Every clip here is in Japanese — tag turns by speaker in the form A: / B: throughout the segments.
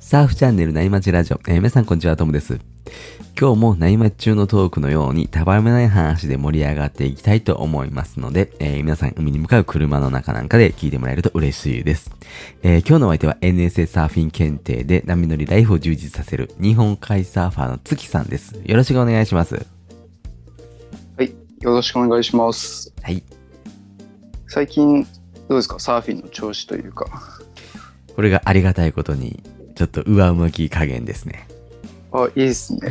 A: サーフチャンネルナイマチラジオ、えー皆さんこんにちは、トムです。今日もナイマチ中のトークのように、たわいもない話で盛り上がっていきたいと思いますので、えー皆さん海に向かう車の中なんかで聞いてもらえると嬉しいです。えー今日のお相手は NSA サーフィン検定で波乗りライフを充実させる日本海サーファーの月さんです。よろしくお願いします。
B: よろしくお願いします。
A: はい。
B: 最近、どうですかサーフィンの調子というか。
A: これがありがたいことに、ちょっと上向き加減ですね。
B: あ、いいです ね。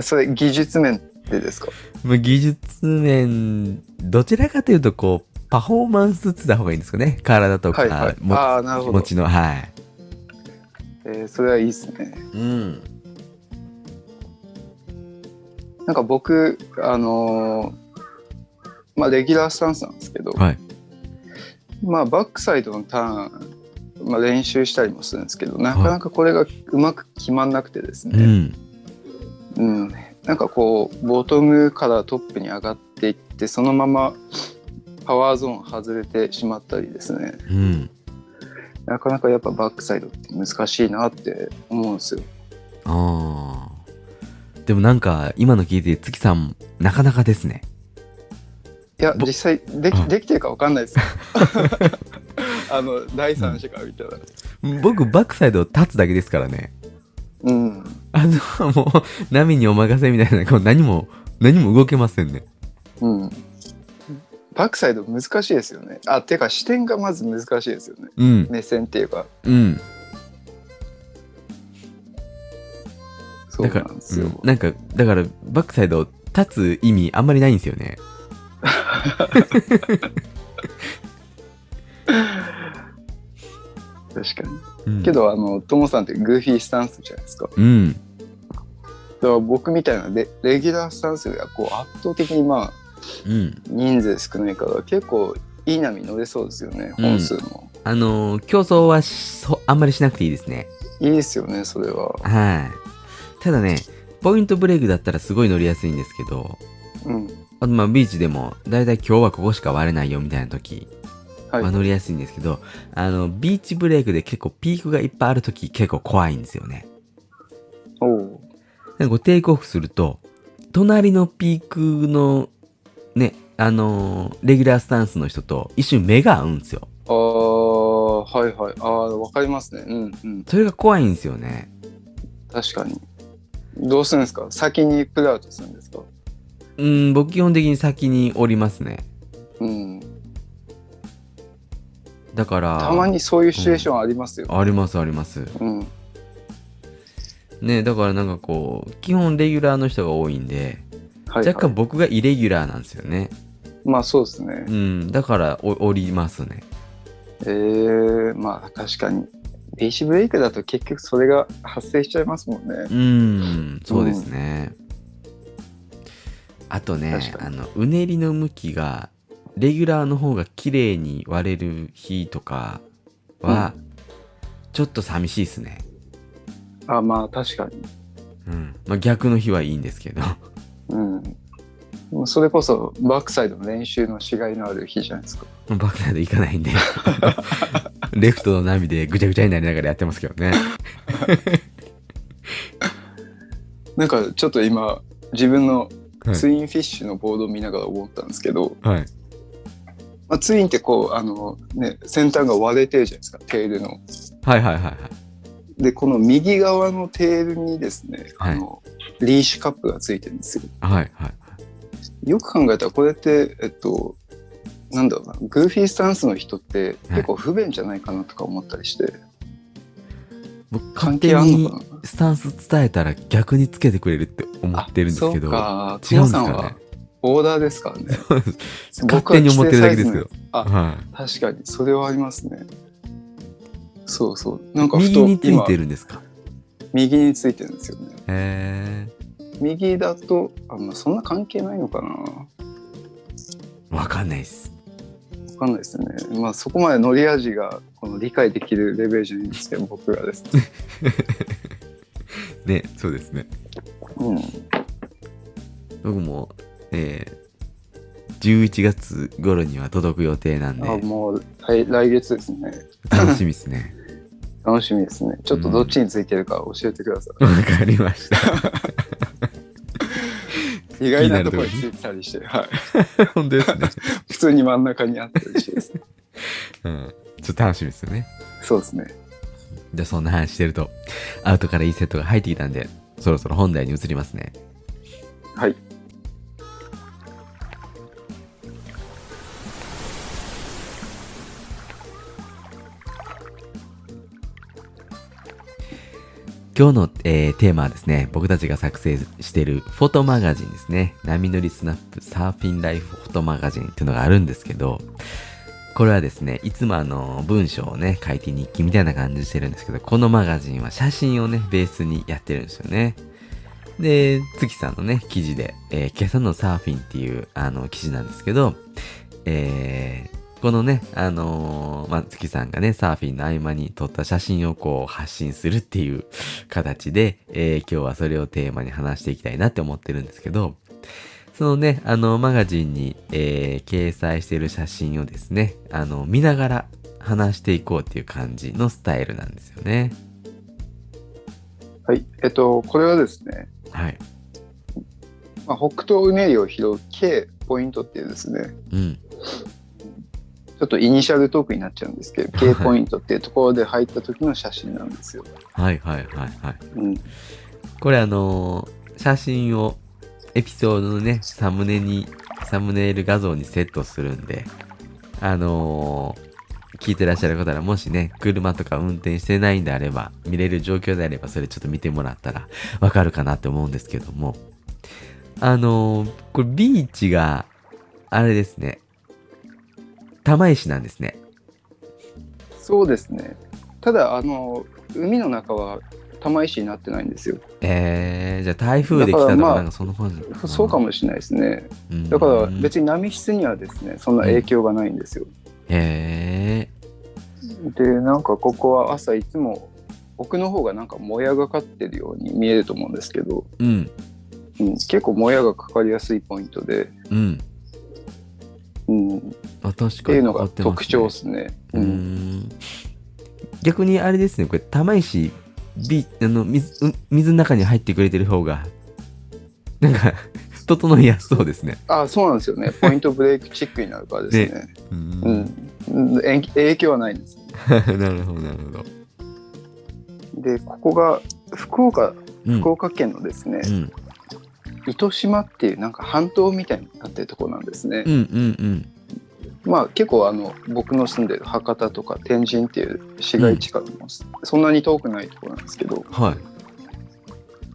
B: それ、技術面でですか
A: まあ技術面どちらかというとこうパフォーマンスって言った方がいいんですかね体とか、
B: はいはい。
A: も
B: ああ、なる
A: 気
B: ほ
A: 持
B: ど。
A: ちのはい、
B: えーそれはいいですね。
A: うん、
B: なんか僕、あのーまあ、レギュラースタンスなんですけど、
A: はい
B: まあ、バックサイドのターン、まあ、練習したりもするんですけど、なかなかこれがうまく決まんなくてです
A: う
B: ね。
A: ん
B: うん、なんかこうボトムからトップに上がっていってそのままパワーゾーン外れてしまったりですね
A: うん
B: なかなかやっぱバックサイドって難しいなって思うんですよ。
A: あーでもなんか今の聞いて月さんなかなかですね
B: いや
A: ぼ
B: 実際でき
A: うん
B: できてるかわかんないですよ あの第三者から見たら。
A: 僕バックサイドを立つだけですからね
B: うん、
A: あのもう波にお任せみたいなこう何も何も動けませんね
B: うんバックサイド難しいですよね。あ、ていうか視点がまず難しいですよね。
A: うん
B: 目線っていうか、
A: うん
B: そうなんですよ。
A: うんなんかだからバックサイド立つ意味あんまりないんですよね
B: 確かに。
A: うん
B: けど、あの、ともさんってグーフィースタンスじゃないですか。
A: うん
B: だから僕みたいなレレギュラースタンスよりはこう圧倒的にまあ
A: うん
B: 人数少ないから結構いい波乗れそうですよね
A: うん
B: 本数も、
A: あのー競争はしそあんまりしなくていいですね。
B: いいですよねそれは
A: はい。ただね、ポイントブレイクだったらすごい乗りやすいんですけど、
B: うん
A: あとまあビーチでも、だいたい今日はここしか割れないよみたいな時
B: はい、
A: は乗りやすいんですけど、あの、ビーチブレイクで結構ピークがいっぱいある時結構怖いんですよね。
B: おお
A: なんかこうテイクオフすると、隣のピークの、ね、あのーレギュラースタンスの人と一瞬目が合うんですよ。
B: あーはいはいあーわかりますねうんうん
A: それが怖いんですよね。
B: 確かにどうするんですか先にプルアウトするんですか
A: うん、僕基本的に先に降りますね。
B: うん
A: だから
B: たまにそういうシチュエーションありますよ、
A: ありますあります
B: うん
A: ねだからなんかこう基本レギュラーの人が多いんで、
B: はい、はい、
A: 若干僕がイレギュラーなんですよね
B: まあそうですね
A: うんだからお降りますね
B: えー、まあ確かにビーチブレイクだと結局それが発生しちゃいますもんね
A: うんそうですね、あとね
B: 確か
A: あのうねりの向きがレギュラーの方が綺麗に割れる日とかは、ちょっと寂しいですね
B: あまあ確かに
A: うん、まあ、逆の日はいいんですけど
B: うんもうそれこそバックサイドの練習のしがいのある日じゃないですか
A: バックサイド行か ないんでレフトの波でぐちゃぐちゃになりながらやってますけどね
B: なんかちょっと今自分の
A: はい
B: ツインフィッシュのボードを見ながら思ったんですけど、
A: はい。
B: まあ、ツインってこうあの、ね、先端が割れてるじゃないですかテールの。
A: はいはいはいはい。
B: でこの右側のテールにですね、
A: はい
B: あのリーシュカップがついてるんですよ。
A: はいはい。
B: よく考えたらこれってえっとなんだろうなグーフィースタンスの人って結構不便じゃないかなとか思ったりして、
A: 僕、勝
B: 関
A: 手
B: 係あん
A: に
B: のかな
A: スタンス伝えたら逆につけてくれるって思ってるんですけど。
B: あ
A: 違
B: そうう
A: で
B: んか
A: す
B: さん
A: か
B: は
A: ね。
B: オーダーですからね
A: 勝手に思ってるだけですけど。
B: あ
A: は
B: 確かにそれはありますねそうそうなん
A: い。
B: かふ
A: 右
B: と
A: について
B: る
A: るんですか。
B: 右についてるんですよね
A: へ
B: 右だとあんまあそんな関係ないのかなわ
A: え。わかんないです。
B: かんないですねまあそこまで乗り味がこの理解できるレベルじゃないんですけど僕がですね
A: ね、そうですね。
B: うん
A: 僕も、えー、11月頃には届く予定なん
B: あ
A: で、
B: もう来来月ですね
A: 楽しみですね。
B: 楽しみですね。ちょっとどっちについてるか教えてください。
A: わかりました。
B: 意外なところについてたりして、はい、
A: 本当ですね。
B: 普通に真ん中にあったりしてですね。
A: うん。ちょっと楽しみですよね。
B: そうですね。
A: じゃあそんな話してると、アウトからいいセットが入ってきたんで、そろそろ本題に移りますね。
B: はい。
A: 今日の、えーテーマはですね、僕たちが作成しているフォトマガジンですね。波乗りスナップサーフィンライフフォトマガジンっていうのがあるんですけど、これはですね、いつもあの文章をね、書いて日記みたいな感じしてるんですけど、このマガジンは写真をね、ベースにやってるんですよね。で、月さんのね、記事で、えー今朝のサーフィンっていうあの記事なんですけど、えーこのね、あのーまあ、月さんがね、サーフィンの合間に撮った写真をこう発信するっていう形で、えー今日はそれをテーマに話していきたいなって思ってるんですけど、そのね、あの、マガジンに、えー掲載している写真をですね、あの、見ながら話していこうっていう感じのスタイルなんですよね。
B: はい。えっと、これはですね、
A: はい。
B: まあ、北東うねりを拾う K ポイントっていうですね、
A: うん。
B: ちょっとイニシャルトークになっちゃうんですけど、K ポイントっていうところで入った時の写真なんですよ。
A: はいはいはいはい。
B: うん。
A: これあのー写真をエピソードのね、サムネに、サムネイル画像にセットするんで、あのー聞いてらっしゃる方らもしね、車とか運転してないんであれば、見れる状況であれば、それちょっと見てもらったらわかるかなって思うんですけども、あのーこれビーチが、あれですね、玉石なんですね。
B: そうですね。ただ、あの、海の中は玉石になってないんですよ。
A: えー、じゃあ台風で来たと
B: だからま
A: か
B: あ
A: なんかそんな感じなのな
B: そうかもしれないですね。
A: うん
B: だから別に波質にはですね、そんな影響がないんですよ。
A: へ
B: で、なんかここは朝いつも奥の方がなんかもやがかってるように見えると思うんですけど、
A: ー、うん、
B: うん、結構もやがかかりやすいポイントで、
A: うん。
B: うん、っ
A: あ確
B: て
A: か
B: いう
A: に
B: の
A: 変わ
B: が
A: ってますね
B: 特徴ですね。
A: うーん逆にあれですねこれ玉石ビあの水う水の中に入ってくれてる方がなんか 整いやすそうですね
B: あそうなんで すよね。ポイントブレイクチックになるからですね。
A: うーん
B: うん、えん影響はないんです。
A: なるほどなるほど
B: で、ここが福岡、
A: うん
B: 福岡県のですね、
A: うん
B: 糸島っていうなんか半島みたいになってるところなんですね
A: う。んうん
B: まあ結構あの僕の住んでる博多とか天神っていう市街地からもそんなに遠くないところなんですけど、
A: うんは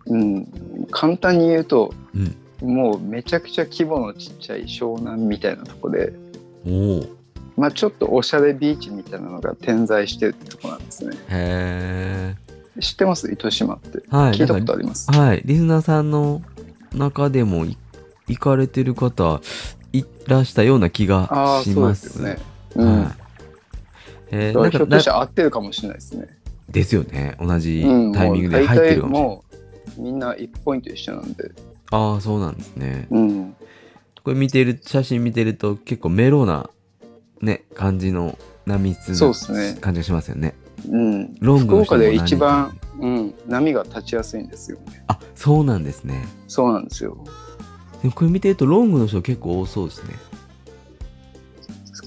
A: い
B: うん、簡単に言うと、
A: うん
B: もうめちゃくちゃ規模のちっちゃい湘南みたいなとこで、
A: おお
B: まあ、ちょっとおしゃれビーチみたいなのが点在してるってとこなんですね。
A: へえ
B: 知ってます糸島って
A: はい
B: 聞いたこ
A: なん
B: と
A: か
B: あります。
A: はいリスナーさんの中でもい行かれてる方いらしたような気
B: あ
A: が
B: あ
A: し
B: そうで
A: ますす
B: よね。うん
A: はいえー
B: だか
A: な
B: ら
A: ん
B: ひ
A: か
B: ょっと
A: な
B: したら合ってるかもしれないですね。
A: ですよね同じ
B: うん、
A: タイ
B: も
A: ミン
B: う
A: グで
B: 大
A: 入って
B: 体
A: るかもしれない、
B: もうみんな1ポイント一緒なんで、
A: ああそうなんですね
B: うん、
A: これ見てる写真見てると結構メロなね感じの波質
B: そうっすね
A: な感じがしますよね
B: うん、
A: ロングの人
B: 福岡
A: も
B: で
A: 何人
B: 一番、うん、波が立ちやすいんですよね。
A: あそうなんですね
B: そうなんですよ。
A: でもこれ見てるとロングの人結構多そうですね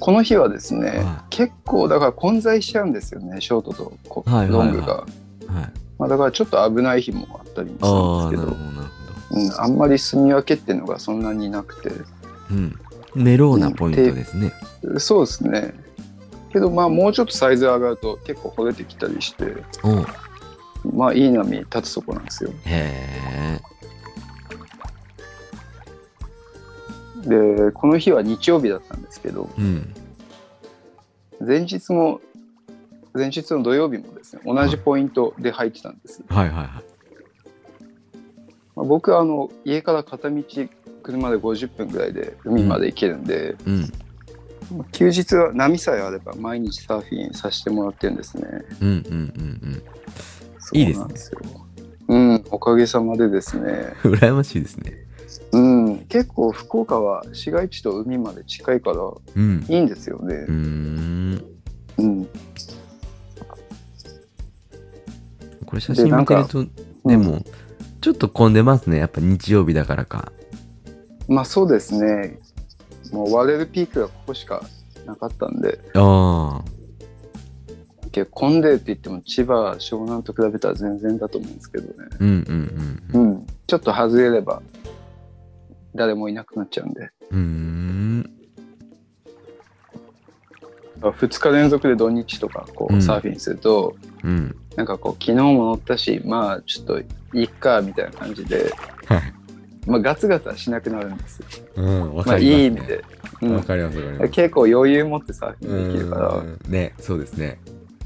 B: この日はですね、
A: はい
B: 結構だから混在しちゃうんですよね、ショートとこ
A: はいはい
B: ロ
A: はい
B: ングが。
A: はい
B: まあ、だからちょっと危ない日もあったりも
A: ああ
B: し
A: な
B: た
A: るほど
B: んですけど、
A: なる
B: うん、あんまり住み分けっていうのがそんなになくて、
A: ほどうんメローなポイントですね
B: そうですね。けどまあもうちょっとサイズ上がると結構掘れてきたりして、
A: おう
B: まあいい波立つとこなんですよ。
A: へえ
B: で、この日は日曜日だったんですけど、
A: うん
B: 前日も前日の土曜日もですね同じポイントで入ってたんです、
A: はいはいはい
B: まあ、僕はあの家から片道車で50分ぐらいで海まで行けるんで、
A: うん
B: まあ休日は波さえあれば毎日サーフィンさせてもらってるんですね
A: うんうんうん
B: そうなんすようんおかげさまでですね
A: うん羨ましいですね
B: うん結構福岡は市街地と海まで近いから
A: うん
B: いいんですよね
A: うーん
B: うん
A: これ写真
B: でなん
A: 見て
B: か
A: ると、でも、ちょっと混んでますね。やっぱ日曜日だからか。
B: まあそうですねもう割れるピークがここしかなかったんで
A: ああ。
B: 結構混んでるって言っても千葉湘南と比べたら全然だと思うんですけどね、
A: うんうんうん。
B: うん、ちょっと外れれば誰もいなくなっちゃうんで
A: うーん。
B: 2日連続で土日とかこ
A: うん
B: うサーフィンすると、
A: うん。
B: なんかこう昨日も乗ったしまあちょっといいかみたいな感じで、
A: はい
B: まあ、ガツガツはしなくなるんですよ
A: うん。わ
B: まあ、
A: か
B: い
A: ります、ね。
B: い意味で、うん
A: わかりますわかります。
B: 結構余裕持ってサーフィンできるから、
A: うーんね、そうですね。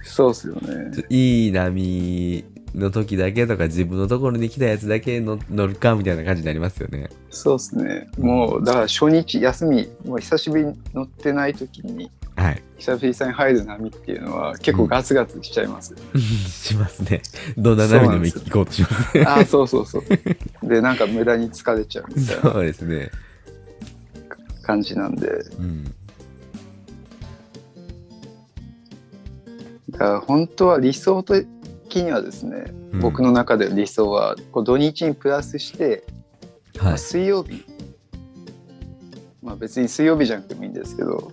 B: そうっすよね
A: ちょいい波の時だけとか、自分のところに来たやつだけの乗るかみたいな感じになりますよね。
B: そうっすねもうだから初日休みもう久しぶりに乗ってない時に
A: はい。
B: 久々に入る波っていうのは結構ガツガツしちゃいます、
A: しますね。どんな波でも行こうとしますね。
B: ああそうそうそうでなんか無駄に疲れちゃうみたいな
A: そうですね。
B: 感じなんで
A: うん。
B: だから本当は理想的にはですね、
A: うん
B: 僕の中での理想はこう土日にプラスして、ま
A: は
B: あ
A: い。
B: 水曜日まあ別に水曜日じゃなくてもいいんですけど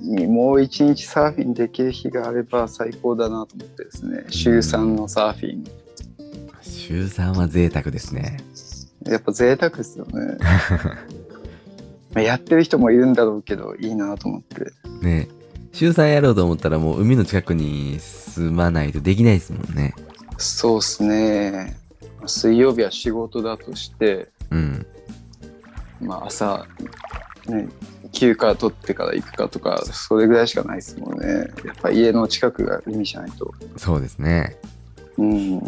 B: にもう一日サーフィンできる日があれば最高だなと思ってですね週3のサーフィン、
A: 週3は贅沢ですね。
B: やっぱ贅沢ですよねまあやってる人もいるんだろうけどいいなと思って
A: ね週3やろうと思ったらもう海の近くに住まないとできないですもんね。
B: そうですね水曜日は仕事だとして
A: うん。
B: まあ、朝、ね、休暇取ってから行くかとかそれぐらいしかないですもんねやっぱ家の近くが海じゃないと
A: そうですね。
B: うん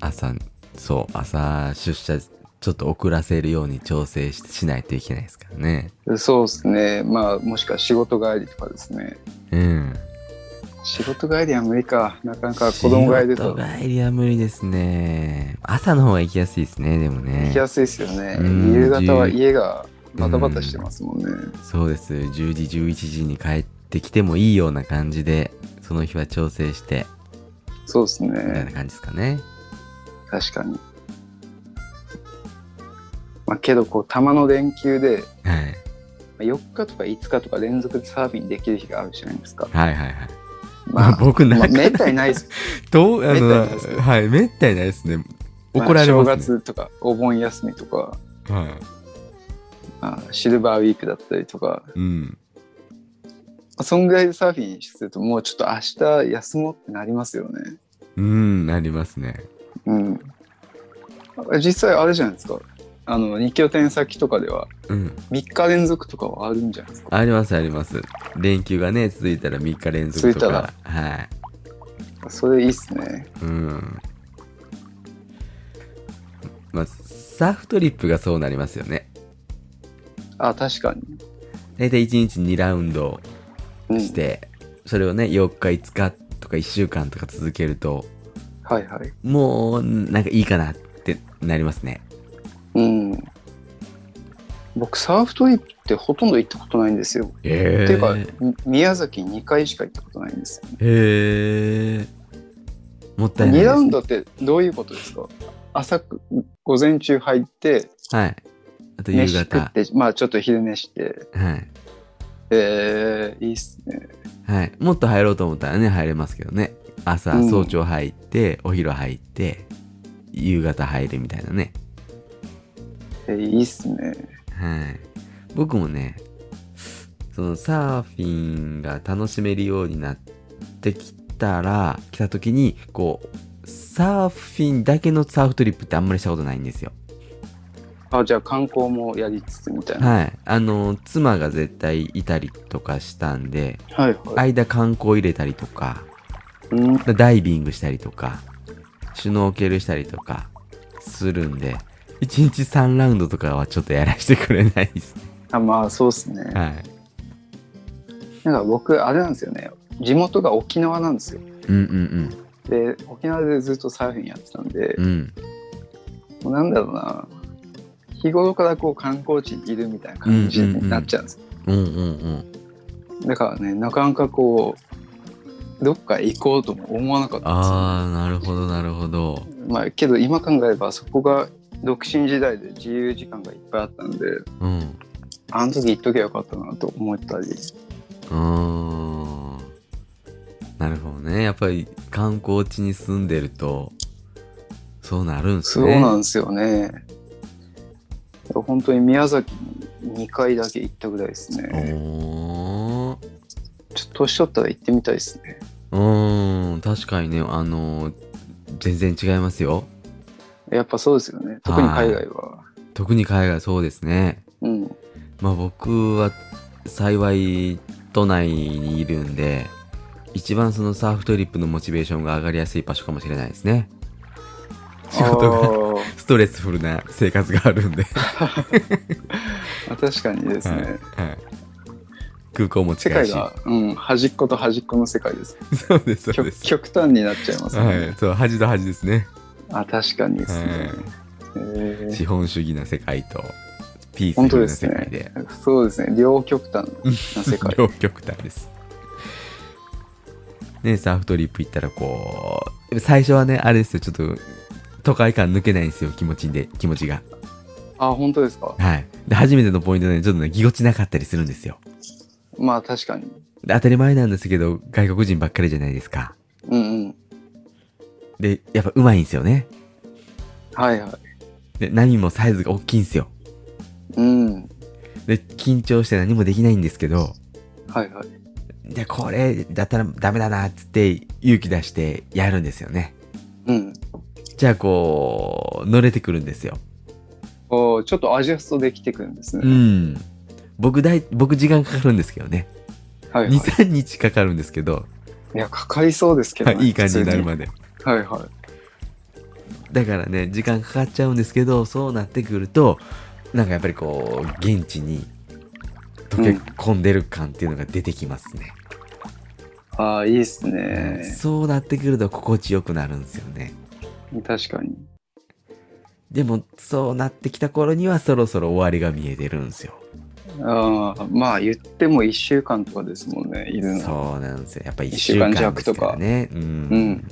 A: 朝、そう、朝出社ちょっと遅らせるように調整ししないといけないですからね。
B: そうですねまあもしくは仕事帰りとかですね
A: うん。
B: 仕事帰りは無理かなかなか子供がいる
A: 仕
B: と
A: 事帰りは無理ですね。朝の方が行きやすいですね、でもね。
B: 行きやすいですよね、
A: うん
B: 夕方は家がバタバタしてますもんね、
A: そうです。10時、11時に帰ってきてもいいような感じで、その日は調整して、
B: そうです
A: みたい
B: ね
A: な感じですかね。
B: 確かにまあけどこうたまの連休で
A: はい。
B: まあ4日とか5日とか連続でサーフィンできる日があるじゃないですか
A: はいはいはい。
B: ま あ
A: 僕なん
B: ま
A: か
B: あ、めったにないです。
A: とあ
B: めったに
A: の
B: ないです
A: はいめったにないですね 怒られ
B: まあ
A: ますね、
B: 正月とか、お盆休みとか、
A: は
B: まあ、シルバーウィークだったりとか、ま
A: い、うん
B: あ、そんぐらいでサーフィンすると、もうちょっと明日休もうってなりますよね。
A: うんなりますね
B: うん。実際あれじゃないですか。あの、日拠点先とかでは、
A: うん
B: 3日連続とかはあるんじゃないですか。
A: ありますあります連休がね続いたら3日連続とかはい
B: それいいっすね。
A: うんまあサーフトリップがそうなりますよね
B: あ、確かに。
A: 大体1日2ラウンド
B: うん、
A: して、それをね4日5日とか1週間とか続けると
B: はいはい。
A: もうなんかいいかなってなりますね
B: うん。僕、サーフトリップってほとんど行ったことないんですよ。
A: え
B: っていうか、み宮崎2回しか行ったことないんですよ。
A: へえ。もったいない
B: 2
A: です。
B: ラウンドってどういうことですか朝く午前中入って
A: はい。あと夕
B: 飯食
A: 方
B: っ。てまあちょっと昼寝して
A: はい。
B: えー、いいっすね
A: はい。もっと入ろうと思ったらね、入れますけどね。朝、
B: うん
A: 早朝入って、お昼入って、夕方入るみたいなね。
B: えーいいっすね
A: はい。僕もね、そのサーフィンが楽しめるようになってきたら、来た時に、こう、サーフィンだけのサーフトリップってあんまりしたことないんですよ。
B: あじゃあ観光もやりつつみたいな、
A: はい。あの、妻が絶対いたりとかしたんで、
B: はい、はい
A: 間観光入れたりとか、
B: うん
A: ダイビングしたりとか、シュノーケルしたりとかするんで、1日3ラウンドとかはちょっとやらせてくれない ですね。
B: あまあそうっすね
A: はい。
B: なんか僕あれなんですよね地元が沖縄なんですよ
A: うんうん
B: で沖縄でずっとサーフィンやってたんで
A: うん。う、ん。
B: もうなんだろうな日頃からこう観光地にいるみたいな感じになっちゃうんですよ
A: うんうんうん。
B: だからね、なかなかこどっかへ行こうとも思わなかった
A: ああ、なるほど、なるほど
B: ん。ですよ、ねまあ、けど今考えればそこが独身時代で自由時間がいっぱいあったんで
A: うん。
B: あの時行っときゃよかったなと思ったり
A: あーなるほどね。やっぱり観光地に住んでると、そうなるんす
B: そう
A: ね。
B: なんですよね本当に宮崎に2回だけ行ったぐらいですね
A: おー
B: ちょっと年取ったら行ってみたいですね
A: うーん、確かにね、あのー全然違いますよ。
B: やっぱそうですよね特に海外は、
A: 特に海外そうですね。
B: うん
A: まあ僕は幸い都内にいるんで、一番そのサーフトリップのモチベーションが上がりやすい場所かもしれないですね。仕事が
B: が
A: ストレスフルな生活があるんで。
B: 確かにですね、
A: はいはい空港も
B: 世
A: 近い
B: 界
A: し。
B: が、うん、端っこと端っこの世界です
A: そうです、 そう
B: 極
A: です。
B: 極端になっちゃいますね、
A: はい、そう、恥と恥ですね。
B: あ確かにですね、へ
A: 資
B: え
A: 本主義な世界と、ピースフルな世界で、
B: そうですね両極端な 世界
A: 両極端です。ね、サーフトリップ行ったらこう、最初はね、あれですよ、ちょっと、都会感抜けないんですよ、気持ちで、気持ちが。
B: あ本当ですか
A: はい。で、初めてのポイントで、ね、ちょっとね、ぎこちなかったりするんですよ。
B: まあ確かに
A: で当たり前なんですけど、外国人ばっかりじゃないですか。
B: うんうん
A: で、やっぱうまいんですよね。
B: はいはい
A: で、波もサイズが大きいんですよ。
B: うん
A: で、緊張して何もできないんですけど、
B: はいはい
A: で、これだったらダメだなっつって勇気出してやるんですよね。
B: うん
A: じゃあこう、乗れてくるんですよ。
B: おーちょっとアジャストできてくるんですね、
A: うん。僕だい、僕時間かかるんですけどね。
B: はいはい
A: 2、3日かかるんですけど、
B: いやかかりそうですけど、ね
A: いい感じになる
B: 普
A: まで。
B: 通にはいは
A: だからね、時間かかっちゃうんですけど、そうなってくると、なんかやっぱりこう、現地に溶け込んでる感っていうのが出てきますね。
B: いああいいですね
A: そうなってくると心地よくなるんですよね。
B: 確かに
A: でも、そうなってきた頃にはそろそろ終わりが見えてるんですよ。
B: ああまあ言っても1週間とかですもんねいるの
A: そうなんですよ。やっぱ一
B: 一
A: 週
B: 週
A: 間
B: 間
A: で
B: 弱
A: す
B: と
A: から
B: か
A: ね。うん。
B: ん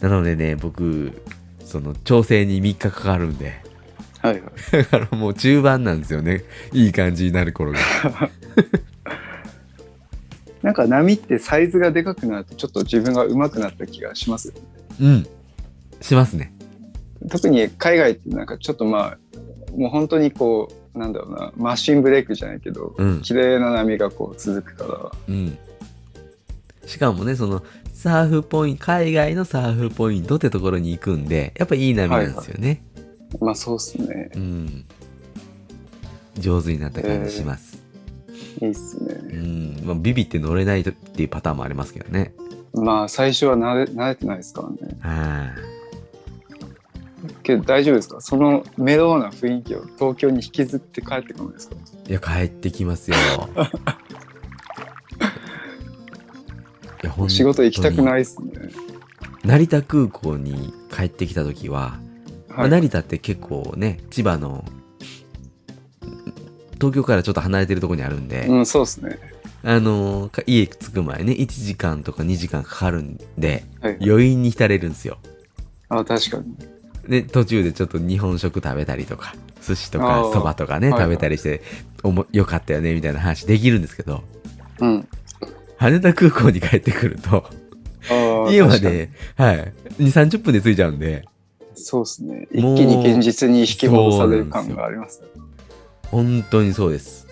A: なのでね、僕、その調整に3日かかるんで、
B: はいはい
A: だからもう中盤なんですよね。いい感じになる頃が。
B: なんか波ってサイズがでかくなるとちょっと自分が上手くなった気がしますよね
A: うん。しますね。
B: 特に海外ってなんかちょっとまあもう本当にこうなんだろうなマシンブレイクじゃないけど、
A: うん
B: 綺麗な波がこう続くから
A: うん。しかもね、その、サーフポイント、海外のサーフポイントってところに行くんで、やっぱいい波なんですよね。
B: まあそうっすね
A: うん。上手になった感じします。
B: いいっすね
A: うん。まあ、ビビって乗れないとっていうパターンもありますけどね。
B: まあ最初は慣れ慣れてないですからね
A: はい。
B: けど大丈夫ですかそのメローな雰囲気を東京に引きずって帰ってくるんですか
A: いや帰ってきます よいや
B: 仕事行きたくないいっすね、
A: 成田空港に帰ってきた時は、ま
B: は
A: あ
B: い、
A: 成田って結構ね千葉の東京からちょっと離れてるところにあるんで、
B: うんそうっすね
A: あのーか家着く前ね1時間とか2時間かかるんで
B: はい
A: 余韻に浸れるんですよ
B: あ確かに
A: で途中でちょっと日本食食べたりとか寿司と
B: あ
A: か
B: ー
A: そばとかね
B: はいはい
A: 食べたりして、おもよかったよねみたいな話できるんですけど
B: うん
A: 羽田空港に帰ってくると
B: ああ
A: 家ま
B: 確かに
A: で、はい、2、30分で着いちゃうんで、
B: そうですね。一
A: もう
B: 気に現実に引き戻される感がありますね。
A: 本当にそうです。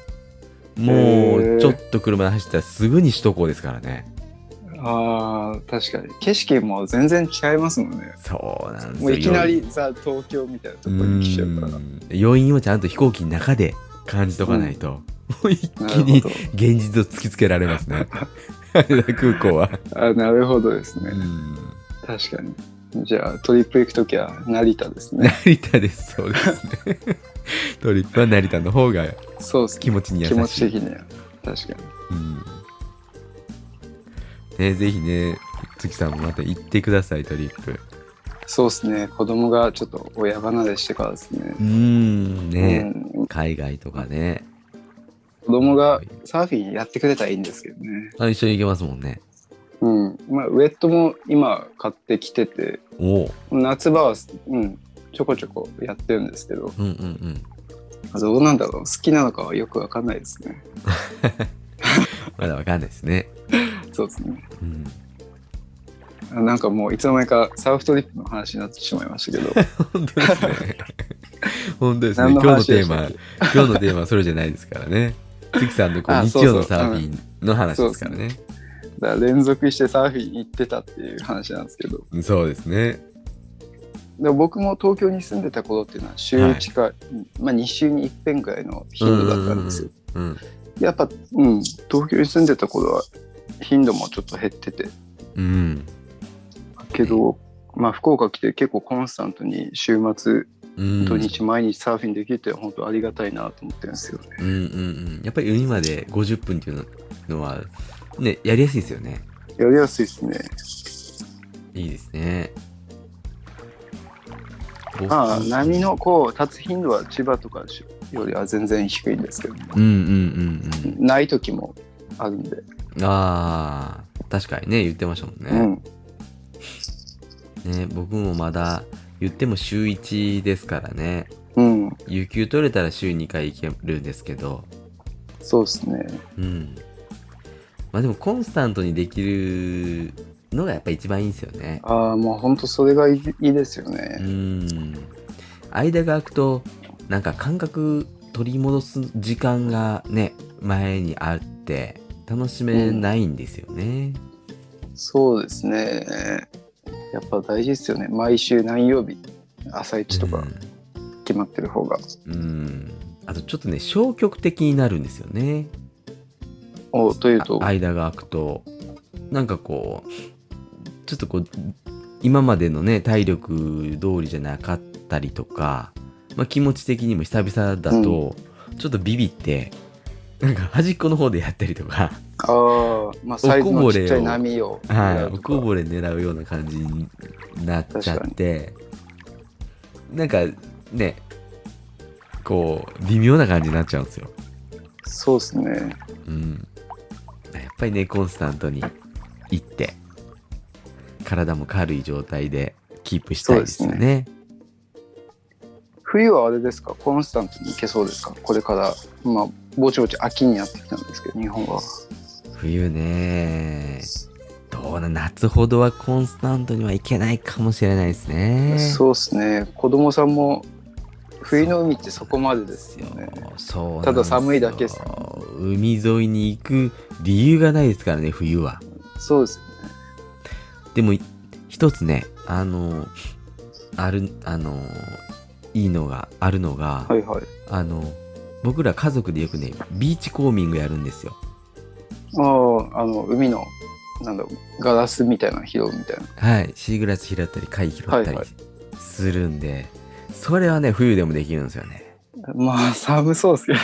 A: も
B: へ
A: う、
B: ー
A: ちょっと車で走ったらすぐに首都高ですからね。
B: ああ、確かに。景色も全然違いますもんね。
A: そうなんですよ。
B: もういきなりザ・東京みたいなところに来ちゃうから。
A: うん余韻をちゃんと飛行機の中で感じとかないと、もう一気
B: なる
A: に
B: ほど。
A: 現実を突きつけられます ね。羽田空港は。
B: あなるほどです
A: う
B: ね。
A: ん
B: 確かに。じゃあトリップ行くときは成田ですね。
A: 成田です、そうですね。トリップは成田の方が
B: そうです
A: 気
B: ね。
A: 持ちに優しい。
B: 気持ち的には。確かに。
A: うんね、ぜひね、月さんもまた行ってください、トリップ。
B: そうですね。子供がちょっと親離れしてからですね。
A: うん、ね、
B: うん、
A: 海外とかね。
B: 子供がサーフィンやってくれたらいいんですけどね。
A: あ一緒に行けますもんね。
B: ううんまあ、ウェットも今買ってきてて
A: おお
B: 夏場は、うん、ちょこちょこやってるんですけど
A: うんうんうん
B: どうなんだろう好きなのかはよくわかんないですね
A: まだわかんないですね
B: そうですね
A: うん
B: なんかもういつの間にかサーフトリップの話になってしまいましたけど
A: 本当です ね本当ですね
B: 何
A: 今
B: の
A: 日の
B: 話
A: テー
B: でした
A: マ
B: っけ
A: 今日のテーマはそれじゃないですからね月さんのこう
B: あ
A: 日
B: そうそう
A: 曜のサーフィンの話ですからね
B: だから連続してサーフィン行ってたっていう話なんですけど
A: そうですね
B: でも僕も東京に住んでた頃っていうのは週1か、まあ、2週に1遍ぐらいの頻度だったんですよ
A: うんうん
B: やっぱ、うん、東京に住んでた頃は頻度もちょっと減ってて
A: うんうん
B: けど、まあ、福岡来て結構コンスタントに週末
A: うん
B: 土日毎日サーフィンできるって本当ありがたいなと思ってるんですよね。
A: うんうんうんやっぱり海まで50分っていうのはねやりやすいですよね
B: やりやすいですね。
A: いいですね僕
B: まあ波のこう立つ頻度は千葉とかよりは全然低いんですけど、
A: うんうんうんうん
B: ない時もあるんで、
A: あー確かにね言ってましたもん
B: う
A: ね,、
B: ん、
A: ね僕もまだ言っても週1ですからね
B: うん、
A: 有給取れたら週2回行けるんですけど
B: そうですね。
A: うんまあでもコンスタントにできるのがやっぱ一番いいんですよね
B: ああ、もう本当それがいいいいですよ
A: う
B: ね。
A: ん間が空くとなんか感覚取り戻す時間がね前にあって楽しめないんですよね、
B: そうですね。やっぱ大事ですよね。毎週何曜日、朝一とか決まってる方が。
A: うん、うんあとちょっとね消極的になるんですよね
B: おというと
A: あ、間が空くとなんかこうちょっとこう今までのね体力通りじゃなかったりとか、まあ、気持ち的にも久々だと、ちょっとビビってなんか端っこの方でやったりとか
B: ああ、まあサイズのちっちゃい波を。
A: はい、
B: 狙う
A: お
B: とか
A: こぼれ狙うような感じになっちゃってなんかねこう微妙な感じになっちゃうんですよ、
B: そうですね。
A: うん、やっぱりねコンスタントに行って体も軽い状態でキープしたいですよね
B: 冬はあれですか、コンスタントにいけそうですか、これから、まあ、ぼちぼち秋になってきたんですけど、日本は。
A: 冬ねどうな夏ほどはコンスタントにはいけないかもしれないですね
B: そうですね、子供さんも冬の海ってそこまでですよね。
A: そう
B: ただ寒いだけ
A: で
B: ですす
A: よ海沿いに行く理由がないですからね冬は
B: そうですよね。
A: でもい一つねあのあるあのいいのがあるのが、
B: はいはい。
A: あの僕ら家族でよくねビーチコーミングやるんですよ
B: ああ、あの、海の、なんだろう、ガラスみたいなの拾うみたいな。
A: はいシーグラス拾ったり貝拾った
B: はい
A: り
B: はい
A: するんで、それはね冬でもできるんですよね
B: まあ、寒そうですけど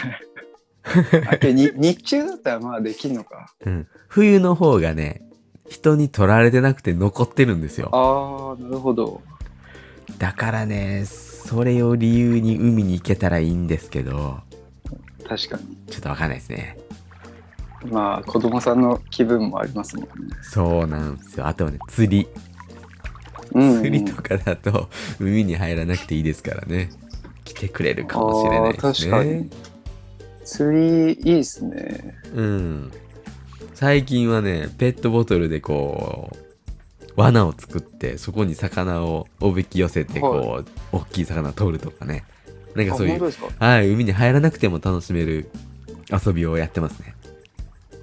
B: ね。あけどに日中だったらまあできるのか。
A: うん冬の方がね人に取られてなくて残ってるんですよ
B: ああ、なるほど。
A: だからねそれを理由に海に行けたらいいんですけど
B: 確かに。
A: ちょっとわかんないですね
B: まあ、子供さんの気分もありますもんね。
A: そうなんですよあとはね釣り
B: うんうん
A: 釣りとかだと海に入らなくていいですからね来てくれるかもしれないですね
B: あー確かに釣りいいですね
A: うん最近はねペットボトルでこう罠を作ってそこに魚をおびき寄せてこう、大きい魚を取るとかねなん
B: あ
A: かそうい
B: 本当
A: う
B: ですか
A: はい海に入らなくても楽しめる遊びをやってますね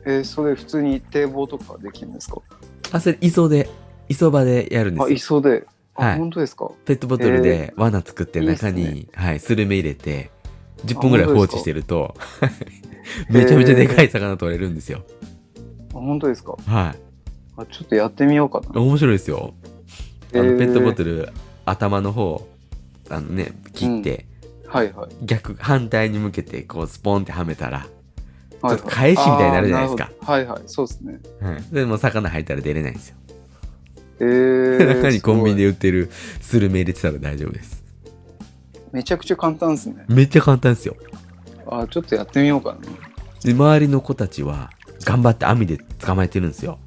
B: えーそれ普通に堤防とかできるんですか
A: あ、それ磯で、磯場でやるんで
B: あ
A: すよ
B: い。そうであ、
A: はい
B: 本当ですか
A: ペットボトルで罠作って
B: いいっす
A: 中
B: ね
A: にはい、スルメ入れて、10分ぐらい放置してると、め
B: ですか
A: ちゃめちゃでかい魚取れるんですよ。
B: あ本当ですか
A: は
B: あちょっとやってみようか
A: い。
B: な
A: 面白いですよ。あ
B: へ
A: の
B: ー
A: ペットボトル、頭の方、あのね、切って、
B: はいはい
A: 逆、反対に向けて、こう、スポンってはめたら、
B: はいはい
A: ちょっと返しみたいになるじゃないですか
B: あーるほどはいはいそうですね
A: はい、でもう魚入ったら出れないんですよ。
B: えー、
A: 中にコンビニ
B: す
A: で売ってるスルメ入れてたら大丈夫です。
B: ごいめちゃくちゃ簡単ですね
A: めっちゃ簡単ですよ。
B: あちょっとやってみようかな
A: で周りの子たちは頑張って網で捕まえてるんですよ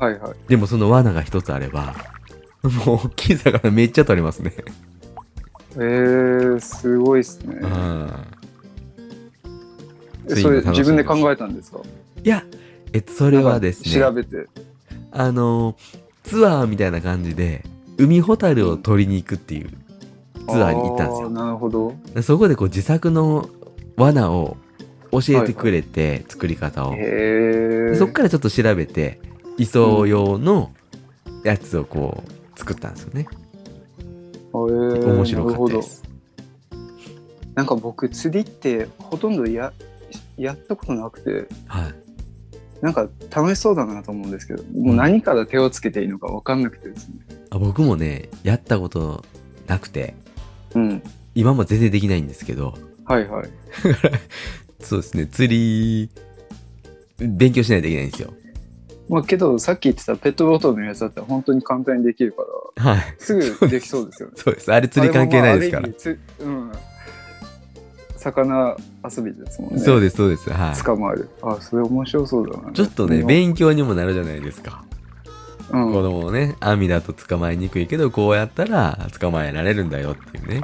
B: はいはい。
A: でもその罠が一つあれば、もう大きい魚めっちゃ取れますね。
B: えー、すごいですね。えそれ
A: ついに楽しみです
B: 自分で考えたんですか
A: いや、えっと、それはですね、
B: 調べて。
A: あの、ツアーみたいな感じで、海ホタルを取りに行くっていうツアーに行ったんです
B: あ
A: よ。
B: なるほど。
A: でそこでこう自作の罠を教えてくれて、作り方を。
B: へえ。
A: でそっからちょっと調べて、磯用のやつをこう作ったんですよね。面
B: 面
A: 白かったです。
B: なんか僕釣りってほとんどややったことなくて
A: はい。
B: なんか楽しそうだなと思うんですけどもう何から手をつけていいのか分かんなくてですね。
A: あ僕もね、やったことなくて、
B: うん、
A: 今も全然できないんですけど、
B: はいはい。
A: そうですね、釣り、勉強しないといけないんですよ。
B: まあけどさっき言ってたペットボトルのやつだったら本当に簡単にできるから
A: はい。
B: すぐできそうですよね。
A: そうです。あれ釣り関係ないですから。
B: あれもまあある意味つうん。魚遊びですもんね。
A: そうです、そうです。はい。
B: 捕まえる。あそれ面白そうだな。
A: ちょっとね、
B: うん
A: 勉強にもなるじゃないですか。
B: うん
A: 子供をね、網だと捕まえにくいけど、こうやったら捕まえられるんだよっていうね。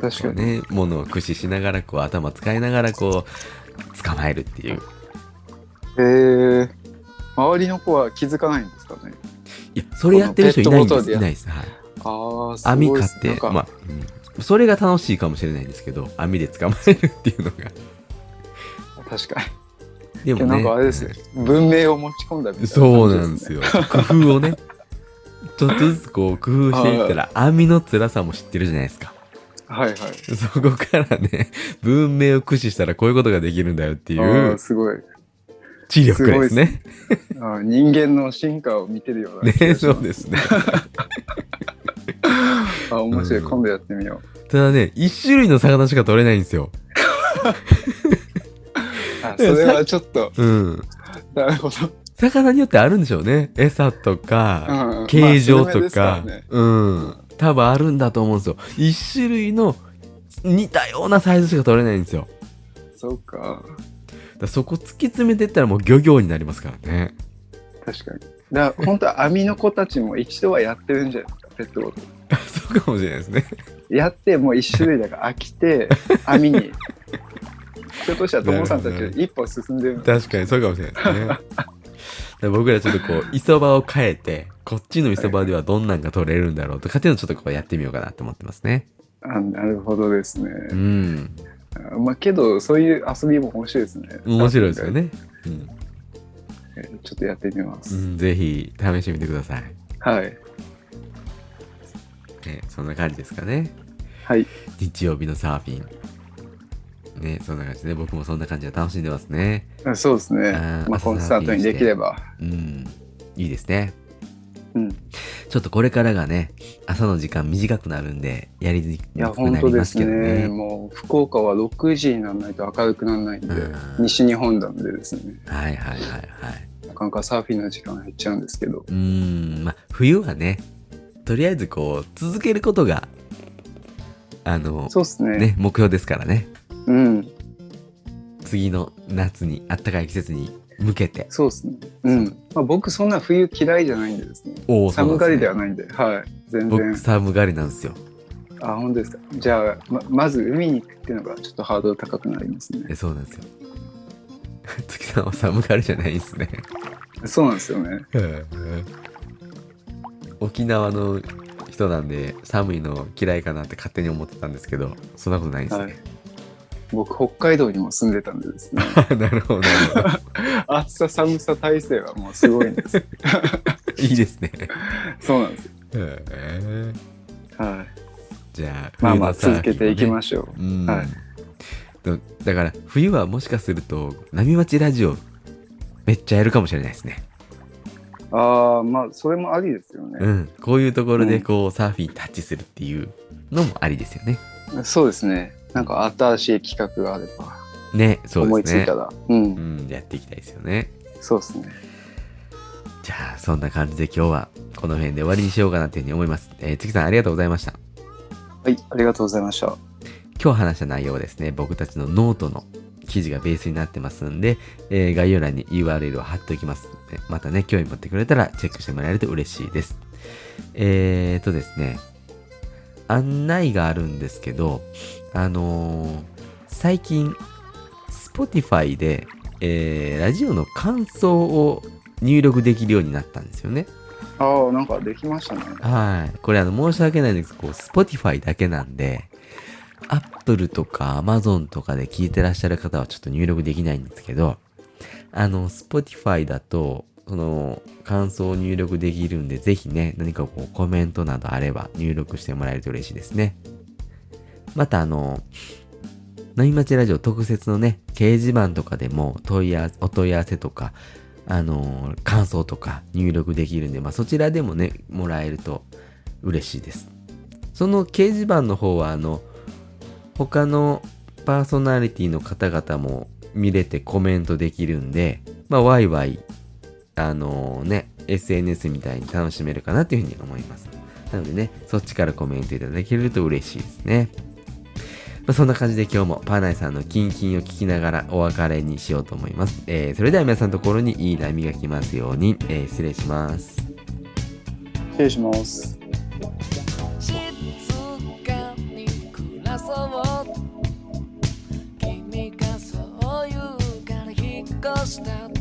B: 確
A: こ
B: か
A: う
B: に。
A: ね、ものを駆使しながら、こう頭使いながら、こう、捕まえるっていう。
B: へえ。周りの子は気づかないんですかね。
A: いや、それやってる人いないんで
B: このペットボトル
A: す。
B: で
A: い
B: や
A: ないです。はい。
B: ああ、す
A: 網
B: ごい
A: 買
B: で
A: っ
B: すね。
A: て
B: なんか
A: まあ、うんそれが楽しいかもしれないんですけど網で捕まえるっていうのが
B: 確か
A: で
B: に。なんかあれですよ。文明を持ち込んだみたいな、
A: そうなんです。よ 工夫をねちょっとずつこう工夫していったら網の辛さも知ってるじゃないですか
B: はいはい。
A: そこからね文明を駆使したらこういうことができるんだよってい
B: あ
A: う
B: ーすごい。
A: 知力ですね
B: あー人間の進化を見てるような。。
A: ねそうですすね
B: あ面白い。
A: うん
B: 今度やってみよ
A: ただね一種類の魚しか取れないんですよ
B: う。あそれはちょっと、
A: うん
B: なるほど。
A: 魚によってあるんでしょうね餌とか、
B: うんうん
A: 形状と
B: まあスルメですら
A: か、
B: ね
A: うん多分あるんだと思うんですよ一種類の似たようなサイズしか取れないんですよ
B: そうか。
A: だからそこ突き詰めていったらもう漁業になりますからね
B: 確かに。だから本当は網の子たちも一度はやってるんじゃないですか、ペットボト
A: そうかもしれないですね
B: ル。やって、もう一種類だから飽 きて、網に。ひょっとしたら、ともさんたちより一歩進んでるのか
A: 確かにそうかもしれないですねだから僕らちょっとこう磯場を変えてこっちの磯場ではどんなんが取れるんだろうとかっていうのをちょっとこうやってみようかなって思ってますね
B: あなるほどですね。
A: うん
B: あまあけどそういう遊びも面白いですね。
A: 面白いですよ。ね、うん
B: ちょっとやってみま
A: う
B: す。
A: ん、ぜひ試してみてください、
B: はい
A: ね、そんな感じですかね
B: はい
A: 日曜日のサーフィン。ね、そんな感じで、僕もそんな感じで楽しんでますね。
B: あそうですね。
A: あー
B: まあコンスタントにできれば。
A: うん、いいですね。
B: うん。
A: ちょっとこれからがね、朝の時間短くなるんで、やりにく
B: いや
A: く
B: 本
A: な
B: 当
A: り
B: で
A: ます
B: す
A: けど
B: ね。
A: ね。
B: もう福岡は6時にならないと明るくならないんで
A: うん
B: 西日本なんでですね
A: はいはいはいはい。
B: なかなかサーフィンの時間減っちゃうんですけど。
A: うん、まあ、冬はね、とりあえずこう、続けることが、あの、
B: そうですね
A: ね、目標ですからね。
B: うん
A: 次の夏に、あったかい季節に向けて。
B: そうですね。うん。まあ僕そんな冬嫌いじゃないんでですね。
A: おーそうなんすね
B: 寒がりではないんで、はい全
A: 僕、
B: 然。
A: 寒がりなんですよ。
B: あ本当ですか。じゃあままず海に行くっていうのがちょっとハードル高くなりますね。
A: えそうなんですよ 月さんは寒がりじゃないんですね
B: そうなんですよね。
A: 沖縄の人なんで寒いの嫌いかなって勝手に思ってたんですけどそんなことないんです
B: はい
A: ね、。
B: 僕北海道にも住んでたんでですね。
A: なるほどなるほ
B: 暑さ寒さ耐性はもうすごいんです。
A: どいいですね
B: そうなんです。
A: へー
B: はい。
A: じゃあ
B: まあまあ続けていき
A: し
B: ましょ
A: ょう、うん
B: はい
A: でだから冬はもしかすると波町ラジオめっちゃやるかもしれないですね、
B: う。ああまあそれもありですよね。
A: うん、こういうところでこう、サーフィンタッチするっていうのもありですよね
B: そうですね。なんか新しい企画があれば
A: ねそうですね
B: 思いついたら、うん、
A: うん、やっていきたいですよね。
B: そうですね。
A: じゃあ、そんな感じで今日はこの辺で終わりにしようかなというふうに思います。えー、月さんありがとうございました。
B: はいありがとうございました。
A: 今日話した内容はですね、僕たちのノートの記記事がベースになってますんで、えー概要欄に URL を貼っておきます。えまたね、興味持ってくれたらチェックしてもらえると嬉しいです。えーとですね、案内があるんですけど、あのー最近、Spotify で、えーラジオの感想を入力できるようになったんですよね。
B: ああ、なんかできましたね。
A: はい。これあの、申し訳ないんですけど、こう Spotify だけなんで、Apple とか Amazon とかで聞いてらっしゃる方はちょっと入力できないんですけど、あの、Spotify だと、その、感想を入力できるんで、ぜひね、何かこう、コメントなどあれば入力してもらえると嬉しいですね。また、あの、のみまちラジオ特設のね、掲示板とかでも問い合わせ、お問い合わせとか、あのー感想とか入力できるんで、まあ、そちらでもね、もらえると嬉しいです。その掲示板の方は、あの、他のパーソナリティの方々も見れてコメントできるんで、まあ、ワイワイ、あのーね、SNS みたいに楽しめるかなというふうに思います。なのでね、そっちからコメントいただけると嬉しいですね。まあ、そんな感じで今日もパーナイさんのキンキンを聞きながらお別れにしようと思います。えーそれでは皆さんのところにいい波が来ますように、えー失礼します。
B: 失礼します。
C: 静かに暮らそう君がそう言うから引っ越した